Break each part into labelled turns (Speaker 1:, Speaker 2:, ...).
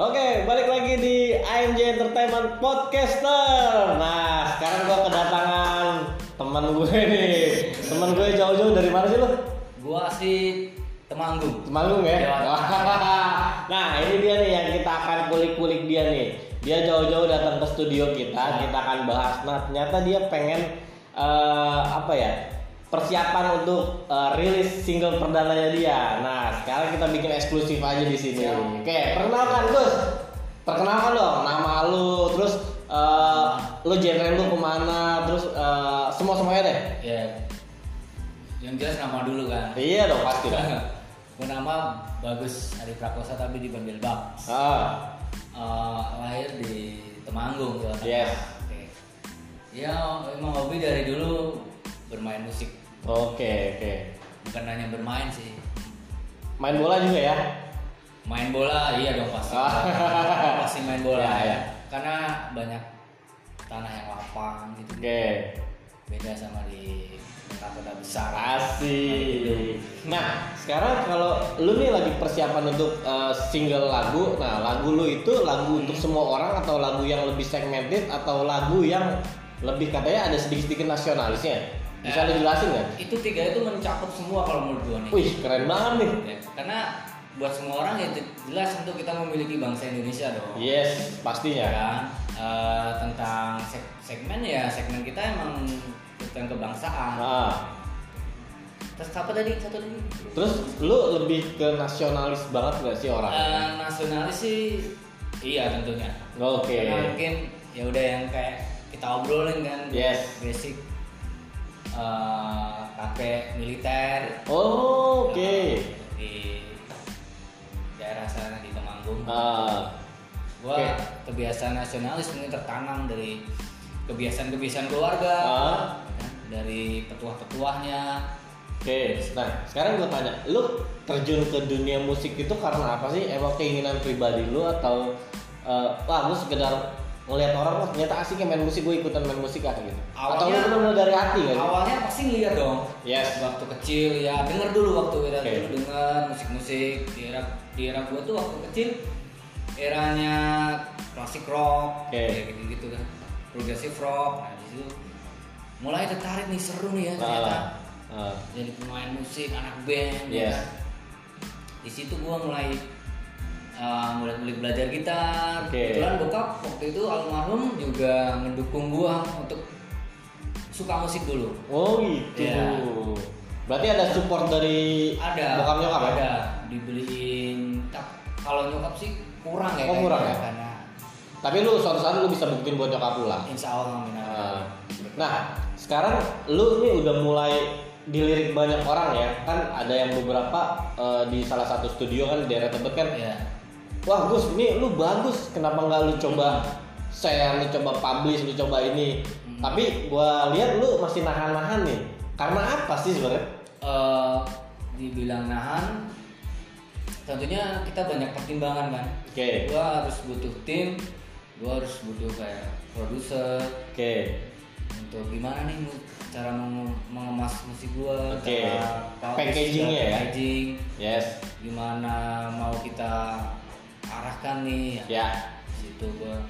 Speaker 1: Oke, balik lagi di AMJ Entertainment Podcaster. Nah, sekarang gua kedatangan teman gue nih. Teman gue jauh-jauh dari mana sih lu?
Speaker 2: Gua sih Temanggung.
Speaker 1: Temanggung ya.
Speaker 2: Jawa
Speaker 1: nah, ini dia nih yang kita akan kulik-kulik dia nih. Dia jauh-jauh datang ke studio kita, kita akan bahas. Nah, ternyata dia pengen eh, apa ya? Persiapan untuk eh, rilis single perdananya dia. Nah, sekarang kita bikin eksklusif aja di sini.
Speaker 2: Siap.
Speaker 1: Oke, perkenalkan Gus. Perkenalkan dong nama lu, terus eh, lu genre lu kemana, terus eh, semua-semuanya deh.
Speaker 2: Ya. Yang jelas nama dulu kan.
Speaker 1: Iya dong pasti dong.
Speaker 2: Gua nama Bagus Adi Prakosa tapi dipanggil Bab.
Speaker 1: Ah.
Speaker 2: Eh, lahir di Temanggung Jawa Tengah.
Speaker 1: Yes.
Speaker 2: Oke. Ya emang hobi dari dulu bermain musik.
Speaker 1: Oke oke.
Speaker 2: Bukan hanya bermain sih.
Speaker 1: Main bola juga ya?
Speaker 2: Main bola iya dong pasti. pasti main bola.
Speaker 1: Ya, ya.
Speaker 2: Karena banyak tanah yang lapang gitu.
Speaker 1: Oke.
Speaker 2: Beda sama di kota-kota besar.
Speaker 1: Asik. Nah sekarang kalau lu nih lagi persiapan untuk eh, single lagu, nah lagu lu itu lagu untuk semua orang atau lagu yang lebih segmented atau lagu yang lebih katanya ada sedikit-sedikit nasionalisnya? Bisa lu jelasin nggak?
Speaker 2: itu tiga itu mencakup semua kalau menurut gua nih
Speaker 1: Wih keren banget nih.
Speaker 2: Ya, karena buat semua orang ya je- jelas untuk kita memiliki bangsa Indonesia dong
Speaker 1: Iya. Yes
Speaker 2: ya
Speaker 1: pastinya.
Speaker 2: kan Eh, tentang seg- segmen ya segmen kita emang tentang kebangsaan
Speaker 1: Ah.
Speaker 2: terus apa tadi satu lagi
Speaker 1: Terus lu lebih ke nasionalis banget gak sih orang?
Speaker 2: Eh, nasionalis sih iya tentunya
Speaker 1: Oke.
Speaker 2: karena mungkin ya udah yang kayak kita obrolin kan
Speaker 1: Yes.
Speaker 2: basic eh pakai militer
Speaker 1: Oh, Oke.
Speaker 2: di daerah sana di Temanggung
Speaker 1: Ah.
Speaker 2: gua
Speaker 1: Oke.
Speaker 2: kebiasaan nasionalis mungkin tertanam dari kebiasaan-kebiasaan keluarga ya kan?
Speaker 1: Ah.
Speaker 2: dari petuah-petuahnya
Speaker 1: Oke, nah sekarang gue tanya, lu terjun ke dunia musik itu karena apa sih? Emang keinginan pribadi lu atau eh wah lu sekedar ngelihat orang wah ternyata asik ya main musik gue ikutan main musik ah gitu? atau lu
Speaker 2: Awalnya-
Speaker 1: benar-benar dari hati kan?
Speaker 2: awalnya pasti ngeliat dong
Speaker 1: Yes.
Speaker 2: waktu kecil ya denger dulu waktu era
Speaker 1: Oke.
Speaker 2: dulu denger musik-musik di era di era gua tuh waktu kecil eranya klasik rock
Speaker 1: Oke.
Speaker 2: kayak gitu gitu kan progresif rock nah di situ mulai tertarik nih seru nih ya ternyata
Speaker 1: Ah, ah,
Speaker 2: jadi pemain musik anak band
Speaker 1: Yes.
Speaker 2: ya kan. di situ gua mulai uh, mulai mulai belajar gitar
Speaker 1: Oke.
Speaker 2: kebetulan bokap waktu itu almarhum juga mendukung gua untuk suka musik dulu
Speaker 1: Oh gitu.
Speaker 2: Iya.
Speaker 1: Berarti ada support dari
Speaker 2: ada
Speaker 1: bokap nyokap ya?
Speaker 2: ada dibeliin tak- kalau nyokap sih kurang ya
Speaker 1: Oh,
Speaker 2: kayaknya,
Speaker 1: kurang ya?
Speaker 2: karena
Speaker 1: Tapi lu suatu saat lu bisa buktiin buat nyokap lu lah.
Speaker 2: insya Allah amin amin.
Speaker 1: Nah, Nah, sekarang lu ini udah mulai dilirik banyak orang ya. Kan ada yang beberapa eh, di salah satu studio kan di daerah Tebet kan.
Speaker 2: ya
Speaker 1: Wah, Gus, ini lu bagus. Kenapa nggak lu coba share, lu coba publish, lu coba ini.
Speaker 2: Hmm.
Speaker 1: Tapi gua lihat lu masih nahan-nahan nih. Karena apa sih sebenarnya?
Speaker 2: Eh, dibilang nahan tentunya kita banyak pertimbangan kan
Speaker 1: Oke.
Speaker 2: gua harus butuh tim gua harus butuh kayak produser
Speaker 1: Oke.
Speaker 2: untuk gimana nih mu- cara menge- mengemas musik gua
Speaker 1: Oke.
Speaker 2: cara publish,
Speaker 1: Packagingnya
Speaker 2: cara
Speaker 1: ya?
Speaker 2: packaging
Speaker 1: Yes.
Speaker 2: gimana mau kita arahkan nih ya.
Speaker 1: Ya.
Speaker 2: di situ gua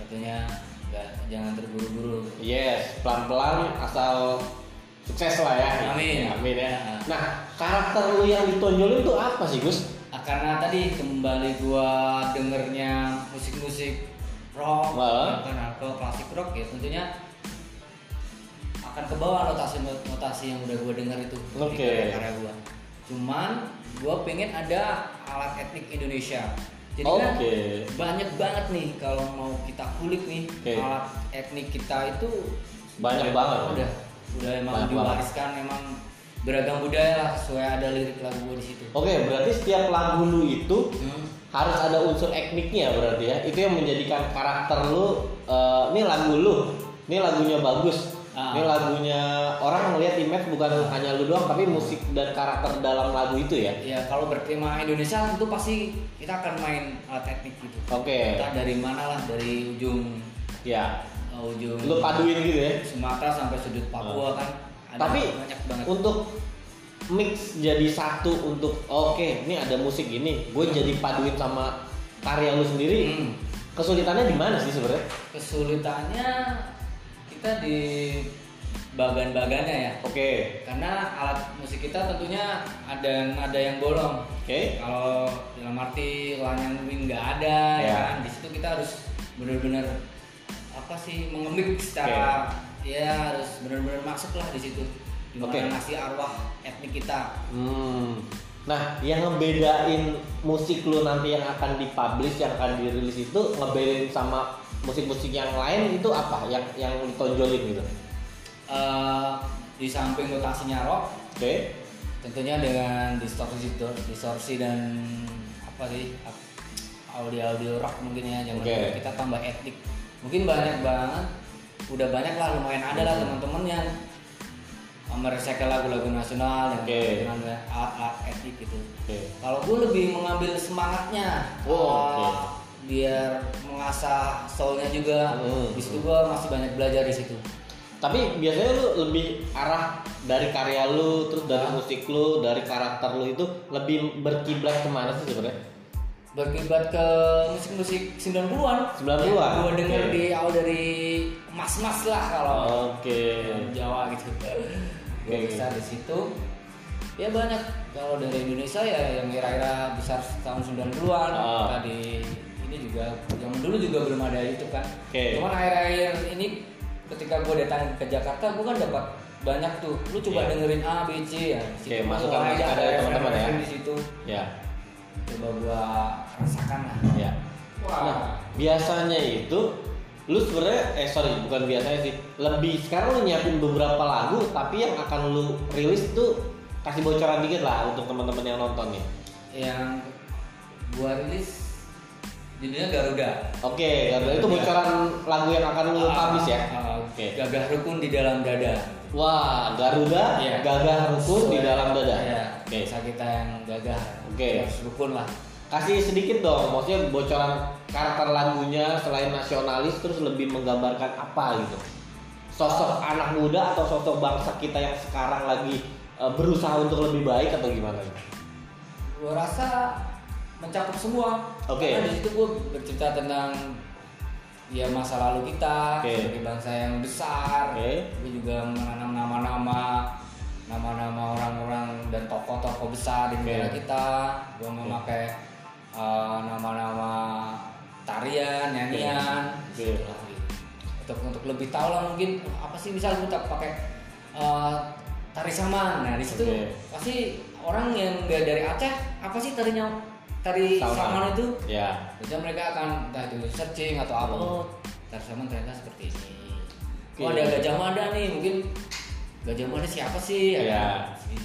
Speaker 2: tentunya nggak jangan terburu-buru
Speaker 1: Yes, pelan-pelan asal sukses lah ya.
Speaker 2: Amin.
Speaker 1: Amin ya.
Speaker 2: Ah.
Speaker 1: Nah, karakter lu yang ditonjolin tuh apa sih, Gus?
Speaker 2: Ah, karena tadi kembali gua dengernya musik-musik rock
Speaker 1: Wah.
Speaker 2: bukan atau klasik rock ya tentunya akan ke bawah notasi notasi yang udah gua denger itu di
Speaker 1: Oke.
Speaker 2: karya-karya gua cuman gua pengen ada alat etnik Indonesia jadi
Speaker 1: Oke.
Speaker 2: kan banyak banget nih kalau mau kita kulik nih
Speaker 1: Oke.
Speaker 2: alat etnik kita itu
Speaker 1: Banyak
Speaker 2: udah-
Speaker 1: banget.
Speaker 2: udah udah emang
Speaker 1: Banyak banget.
Speaker 2: diwariskan emang beragam budaya lah sesuai ada lirik lagu gua di situ
Speaker 1: Oke, berarti setiap lagu lu itu
Speaker 2: Hmm.
Speaker 1: harus ada unsur etniknya berarti ya. Itu yang menjadikan karakter lu eh, ini lagu lu, ini lagunya bagus.
Speaker 2: Ah.
Speaker 1: Ini lagunya orang melihat image bukan hanya lu doang tapi musik dan karakter dalam lagu itu ya.
Speaker 2: Ya kalau bertema Indonesia tentu pasti kita akan main alat teknik gitu.
Speaker 1: Oke.
Speaker 2: Entah dari mana lah dari ujung
Speaker 1: Ya,
Speaker 2: uh, ujung
Speaker 1: lu paduin gitu ya.
Speaker 2: Sumatera sampai sudut Papua kan. Ada
Speaker 1: Tapi
Speaker 2: banyak banget.
Speaker 1: untuk mix jadi satu untuk oke ini ada musik ini gue jadi paduin sama karya lu sendiri
Speaker 2: Hmm.
Speaker 1: kesulitannya di mana sih sebenarnya?
Speaker 2: Kesulitannya kita di bagan-bagannya ya.
Speaker 1: Oke,
Speaker 2: Karena alat musik kita tentunya ada yang ada yang bolong.
Speaker 1: oke,
Speaker 2: Kalau dalam arti lahan yang mungkin nggak ada,
Speaker 1: Ya.
Speaker 2: ya kan? Di situ kita harus benar-benar apa sih mengemik secara ya harus benar-benar masuk lah di situ. Dimana
Speaker 1: Oke.
Speaker 2: masih arwah etnik kita.
Speaker 1: Hmm. Nah, yang ngebedain musik lu nanti yang akan dipublish, yang akan dirilis itu ngebedain sama musik-musik yang lain itu apa? Yang yang ditonjolin gitu. Oke.
Speaker 2: Eh, di samping notasinya rock, tentunya dengan distorsi distorsi dan apa sih audio audio rock mungkin ya jangan
Speaker 1: Oke.
Speaker 2: kita tambah etnik mungkin banyak banget udah banyak lah lumayan ada lah
Speaker 1: Hmm.
Speaker 2: teman-teman yang merecycle lagu-lagu nasional
Speaker 1: Oke.
Speaker 2: dan dengan alat-alat etnik gitu
Speaker 1: Oke.
Speaker 2: kalau gue lebih mengambil semangatnya
Speaker 1: Oh,
Speaker 2: eh,
Speaker 1: oke.
Speaker 2: biar mengasah soulnya juga
Speaker 1: Hmm.
Speaker 2: di situ gue masih banyak belajar di situ
Speaker 1: Tapi biasanya lu lebih arah dari karya lu, terus dari
Speaker 2: Ah.
Speaker 1: musik lu, dari karakter lu itu lebih berkiblat kemana sih sebenarnya?
Speaker 2: berkibat ke musik-musik 90-an
Speaker 1: 90-an?
Speaker 2: gue denger
Speaker 1: Oke. Oh,
Speaker 2: di awal dari mas-mas lah kalau
Speaker 1: iya. Oke.
Speaker 2: orang Jawa gitu gue
Speaker 1: Oke.
Speaker 2: besar di situ ya banyak kalau dari Indonesia ya yang era-era besar tahun 90-an
Speaker 1: Ah.
Speaker 2: tadi ini juga yang dulu juga belum ada itu kan
Speaker 1: Oke.
Speaker 2: cuman akhir-akhir ini ketika gue datang ke Jakarta gue kan dapat banyak tuh lu coba
Speaker 1: Iya.
Speaker 2: dengerin A B C ya
Speaker 1: Oke,
Speaker 2: Situ
Speaker 1: masukan
Speaker 2: mulai
Speaker 1: masukan dari teman-teman ya.
Speaker 2: referensi di situ
Speaker 1: Ya,
Speaker 2: coba gua rasakan lah
Speaker 1: ya. Nah, biasanya itu lu sebenarnya eh sorry bukan biasanya sih lebih sekarang lu nyiapin beberapa lagu tapi yang akan lu rilis tuh kasih bocoran dikit lah untuk teman-teman yang nonton nih
Speaker 2: yang gua rilis judulnya Garuda
Speaker 1: oke Gabriel, itu bocoran lagu yang akan lu
Speaker 2: Iya. Ah,
Speaker 1: publish ya
Speaker 2: ah,
Speaker 1: Oke.
Speaker 2: gagah rukun di dalam dada
Speaker 1: wah Garuda
Speaker 2: Iya.
Speaker 1: gagah rukun di
Speaker 2: Sesuai-
Speaker 1: dalam dada
Speaker 2: Iya,
Speaker 1: oke
Speaker 2: kisah kita yang gagah
Speaker 1: Oke.
Speaker 2: harus rukun lah
Speaker 1: kasih sedikit dong maksudnya bocoran karakter lagunya selain nasionalis terus lebih menggambarkan apa gitu sosok anak muda atau sosok bangsa kita yang sekarang lagi eh, berusaha untuk lebih baik atau gimana
Speaker 2: gua rasa mencakup semua
Speaker 1: Oke.
Speaker 2: karena di situ gua bercerita tentang ya masa lalu kita
Speaker 1: Oke.
Speaker 2: sebagai bangsa yang besar
Speaker 1: Oke.
Speaker 2: ya. Gua juga menanam nama-nama nama-nama orang-orang dan tokoh-tokoh besar
Speaker 1: Oke.
Speaker 2: di negara kita Gua memakai uh, nama-nama tarian
Speaker 1: Iya.
Speaker 2: nyanyian
Speaker 1: Oke.
Speaker 2: gitu lah, gitu. untuk untuk lebih tahu lah mungkin apa sih misal kita pakai uh, tari saman nah di situ
Speaker 1: Oke.
Speaker 2: pasti orang yang nggak dari Aceh apa sih tarinya tari
Speaker 1: Saman.
Speaker 2: saman, itu
Speaker 1: ya
Speaker 2: Biasanya mereka akan entah itu searching atau apa
Speaker 1: Hmm.
Speaker 2: oh tari saman ternyata seperti ini oh
Speaker 1: Oke.
Speaker 2: ada gajah mada nih mungkin gajah mada siapa sih
Speaker 1: Iya.
Speaker 2: mungkin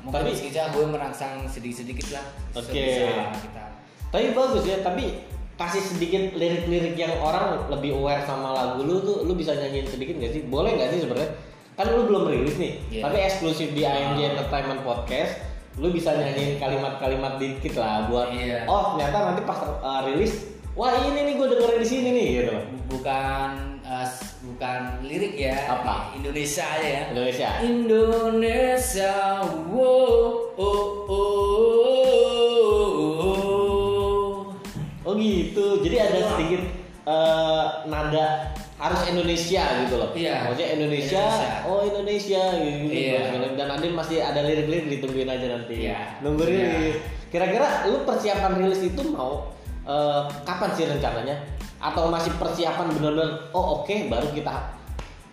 Speaker 1: Tapi-
Speaker 2: Tapi, kita gue merangsang sedikit-sedikit lah
Speaker 1: Oke.
Speaker 2: sebisa kita
Speaker 1: tapi bagus ya tapi kasih sedikit lirik-lirik yang orang lebih aware sama lagu lu tuh lu bisa nyanyiin sedikit gak sih boleh nggak sih sebenarnya kan lu belum rilis nih
Speaker 2: Iya. Ah.
Speaker 1: tapi eksklusif di AMG Entertainment Podcast lu bisa nyanyiin kalimat-kalimat dikit lah buat
Speaker 2: Iya.
Speaker 1: oh ternyata nanti pas uh, rilis wah ini nih gue dengerin di sini nih gitu
Speaker 2: Bu- bukan eh, s- bukan lirik ya
Speaker 1: Apa?
Speaker 2: Indonesia aja ya
Speaker 1: Indonesia
Speaker 2: Indonesia, wow, oh, oh.
Speaker 1: oh gitu jadi ada sedikit uh, nada harus Indonesia gitu loh
Speaker 2: Iya.
Speaker 1: maksudnya Indonesia,
Speaker 2: Indonesia.
Speaker 1: oh Indonesia gitu, gitu.
Speaker 2: Iya.
Speaker 1: dan Andin masih ada lirik-lirik ditungguin aja nanti
Speaker 2: Iya.
Speaker 1: nunggu
Speaker 2: Iya.
Speaker 1: rilis kira-kira lu persiapan rilis itu mau uh, kapan sih rencananya atau masih persiapan bener-bener oh oke baru kita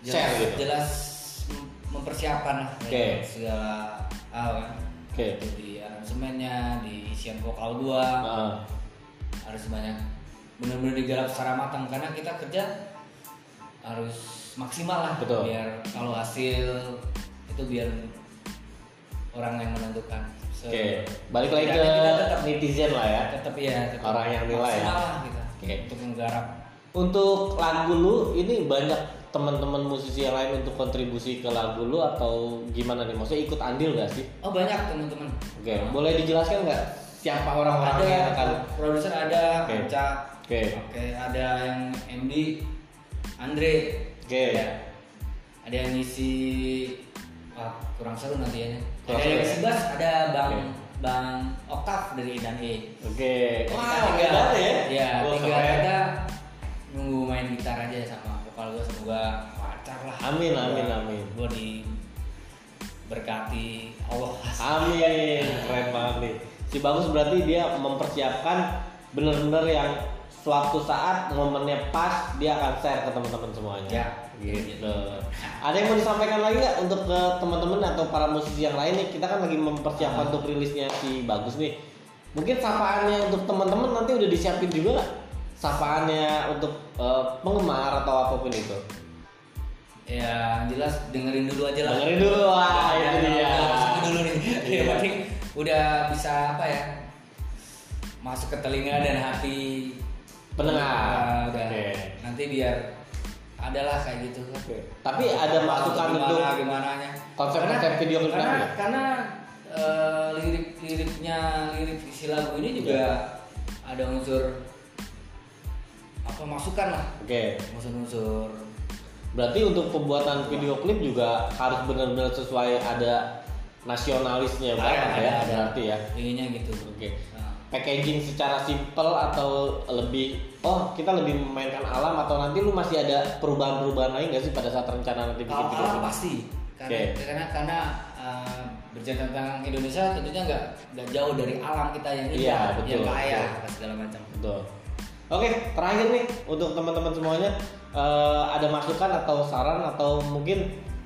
Speaker 1: share
Speaker 2: Jelas,
Speaker 1: gitu oke
Speaker 2: jelas mem- mempersiapkan lah
Speaker 1: Oke.
Speaker 2: ya, segala hal kan.
Speaker 1: Oke.
Speaker 2: Itu Di aransemennya, di isian vokal gua
Speaker 1: Heeh.
Speaker 2: harus banyak benar-benar digarap secara matang karena kita kerja harus maksimal lah
Speaker 1: Betul.
Speaker 2: biar kalau hasil itu biar orang yang menentukan. So,
Speaker 1: oke balik lagi ke
Speaker 2: setidaknya kita tetap
Speaker 1: netizen lah ya
Speaker 2: tetap ya tetap
Speaker 1: Orang yang nilai ya.
Speaker 2: maksimal lah kita
Speaker 1: Oke.
Speaker 2: untuk menggarap
Speaker 1: Untuk lagu lu ini banyak teman-teman musisi yang lain untuk kontribusi ke lagu lu atau gimana nih? Maksudnya ikut andil gak sih?
Speaker 2: oh banyak teman-teman
Speaker 1: Oke, boleh dijelaskan nggak siapa orang-orang
Speaker 2: ada
Speaker 1: yang akan?
Speaker 2: produser ada
Speaker 1: Oke.
Speaker 2: Anca
Speaker 1: Oke.
Speaker 2: Oke, ada yang MD Andre
Speaker 1: Oke.
Speaker 2: Ada. ada yang ngisi wah kurang seru nanti ya
Speaker 1: Kurang seru
Speaker 2: ada yang
Speaker 1: ya?
Speaker 2: ngisi bass ada Bang
Speaker 1: Oke.
Speaker 2: Bang Okaf dari Edan E.
Speaker 1: Oke.
Speaker 2: Kita
Speaker 1: Wah,
Speaker 2: tinggal-
Speaker 1: edan ya?
Speaker 2: Iya,
Speaker 1: Wah,
Speaker 2: tinggal
Speaker 1: keren.
Speaker 2: kita nunggu main gitar aja sama vokal gue semoga lancar lah.
Speaker 1: Amin, amin, amin.
Speaker 2: Gue diberkati Allah.
Speaker 1: Amin, keren banget nih. Si Bagus berarti dia mempersiapkan bener-bener yang suatu saat momennya pas dia akan share ke teman-teman semuanya.
Speaker 2: Ya,
Speaker 1: gitu. Ada yang mau disampaikan lagi nggak untuk ke teman-teman atau para musisi yang lain nih? Kita kan lagi mempersiapkan untuk rilisnya si Bagus nih. Mungkin sapaannya untuk teman-teman nanti udah disiapin juga nggak? Sapaannya untuk eh, penggemar atau apapun itu.
Speaker 2: Ya yang jelas dengerin dulu aja lah.
Speaker 1: Dengerin dulu, wah,
Speaker 2: Ya,
Speaker 1: itu dia.
Speaker 2: udah Masukin dulu nih.
Speaker 1: Iya.
Speaker 2: Yang penting udah bisa apa ya? Masuk ke telinga dan hati
Speaker 1: Pendengar.
Speaker 2: Nah, udah.
Speaker 1: Oke.
Speaker 2: Nanti biar adalah kayak gitu.
Speaker 1: Tapi ada masukan
Speaker 2: gimana,
Speaker 1: untuk
Speaker 2: gimana nya
Speaker 1: konsep-konsep video ke
Speaker 2: karena,
Speaker 1: depannya?
Speaker 2: karena eh, lirik-liriknya lirik isi lagu ini juga
Speaker 1: Iya.
Speaker 2: ada unsur apa masukan lah
Speaker 1: Oke.
Speaker 2: unsur-unsur
Speaker 1: Berarti untuk pembuatan video klip juga harus benar-benar sesuai ada nasionalisnya banget ya, berarti ya.
Speaker 2: ininya gitu
Speaker 1: Oke.
Speaker 2: Nah.
Speaker 1: Packaging secara simple atau lebih oh kita lebih memainkan alam atau nanti lu masih ada perubahan-perubahan lain nggak sih pada saat rencana nanti bikin
Speaker 2: Kalau
Speaker 1: video
Speaker 2: kalah
Speaker 1: klip?
Speaker 2: pasti karena
Speaker 1: Oke.
Speaker 2: karena karena uh, bercerita tentang Indonesia tentunya nggak nggak jauh dari alam kita yang
Speaker 1: Iya,
Speaker 2: indah,
Speaker 1: betul,
Speaker 2: yang kaya
Speaker 1: betul.
Speaker 2: apa segala macam.
Speaker 1: Betul. Oke, terakhir nih untuk teman-teman semuanya eh, ada masukan atau saran atau mungkin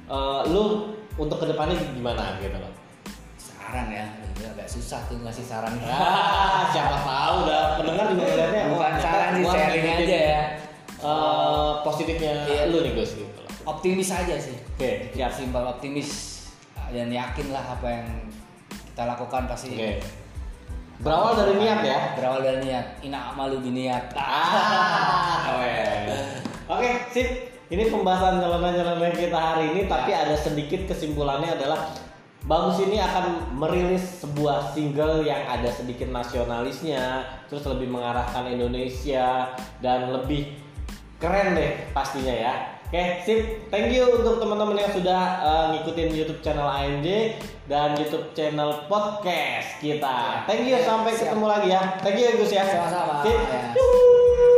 Speaker 1: eh, lu untuk kedepannya gimana gitu loh.
Speaker 2: Saran ya, itu agak susah tuh ngasih saran.
Speaker 1: Ah, siapa tahu dah pendengar juga ngeliatnya wah,
Speaker 2: Bukan
Speaker 1: ternyata
Speaker 2: saran sih,
Speaker 1: gua
Speaker 2: sharing
Speaker 1: ngikutin,
Speaker 2: aja ya.
Speaker 1: eh, positifnya
Speaker 2: Iya.
Speaker 1: lu nih Gus gitu loh.
Speaker 2: Optimis aja sih.
Speaker 1: Oke,
Speaker 2: Ya
Speaker 1: siap.
Speaker 2: simpel optimis eh, dan yakinlah apa yang kita lakukan pasti.
Speaker 1: Oke. Berawal dari niat ya.
Speaker 2: Berawal dari niat. Ina amalu biniat.
Speaker 1: Ah, weh. Oke, sip. Ini pembahasan jalan-jalan kita hari ini, tapi ada sedikit kesimpulannya adalah Bagus ini akan merilis sebuah single yang ada sedikit nasionalisnya, terus lebih mengarahkan Indonesia dan lebih keren deh pastinya ya. Oke, sip. Thank you untuk teman-teman yang sudah eh, ngikutin YouTube channel AMJ dan YouTube channel podcast kita. Thank you, sampai
Speaker 2: Siap.
Speaker 1: ketemu lagi ya. Thank you Gus ya.
Speaker 2: Sama-sama.
Speaker 1: Sip.
Speaker 2: Ya.
Speaker 1: Yuhuu.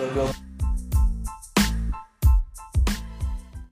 Speaker 2: Berbau-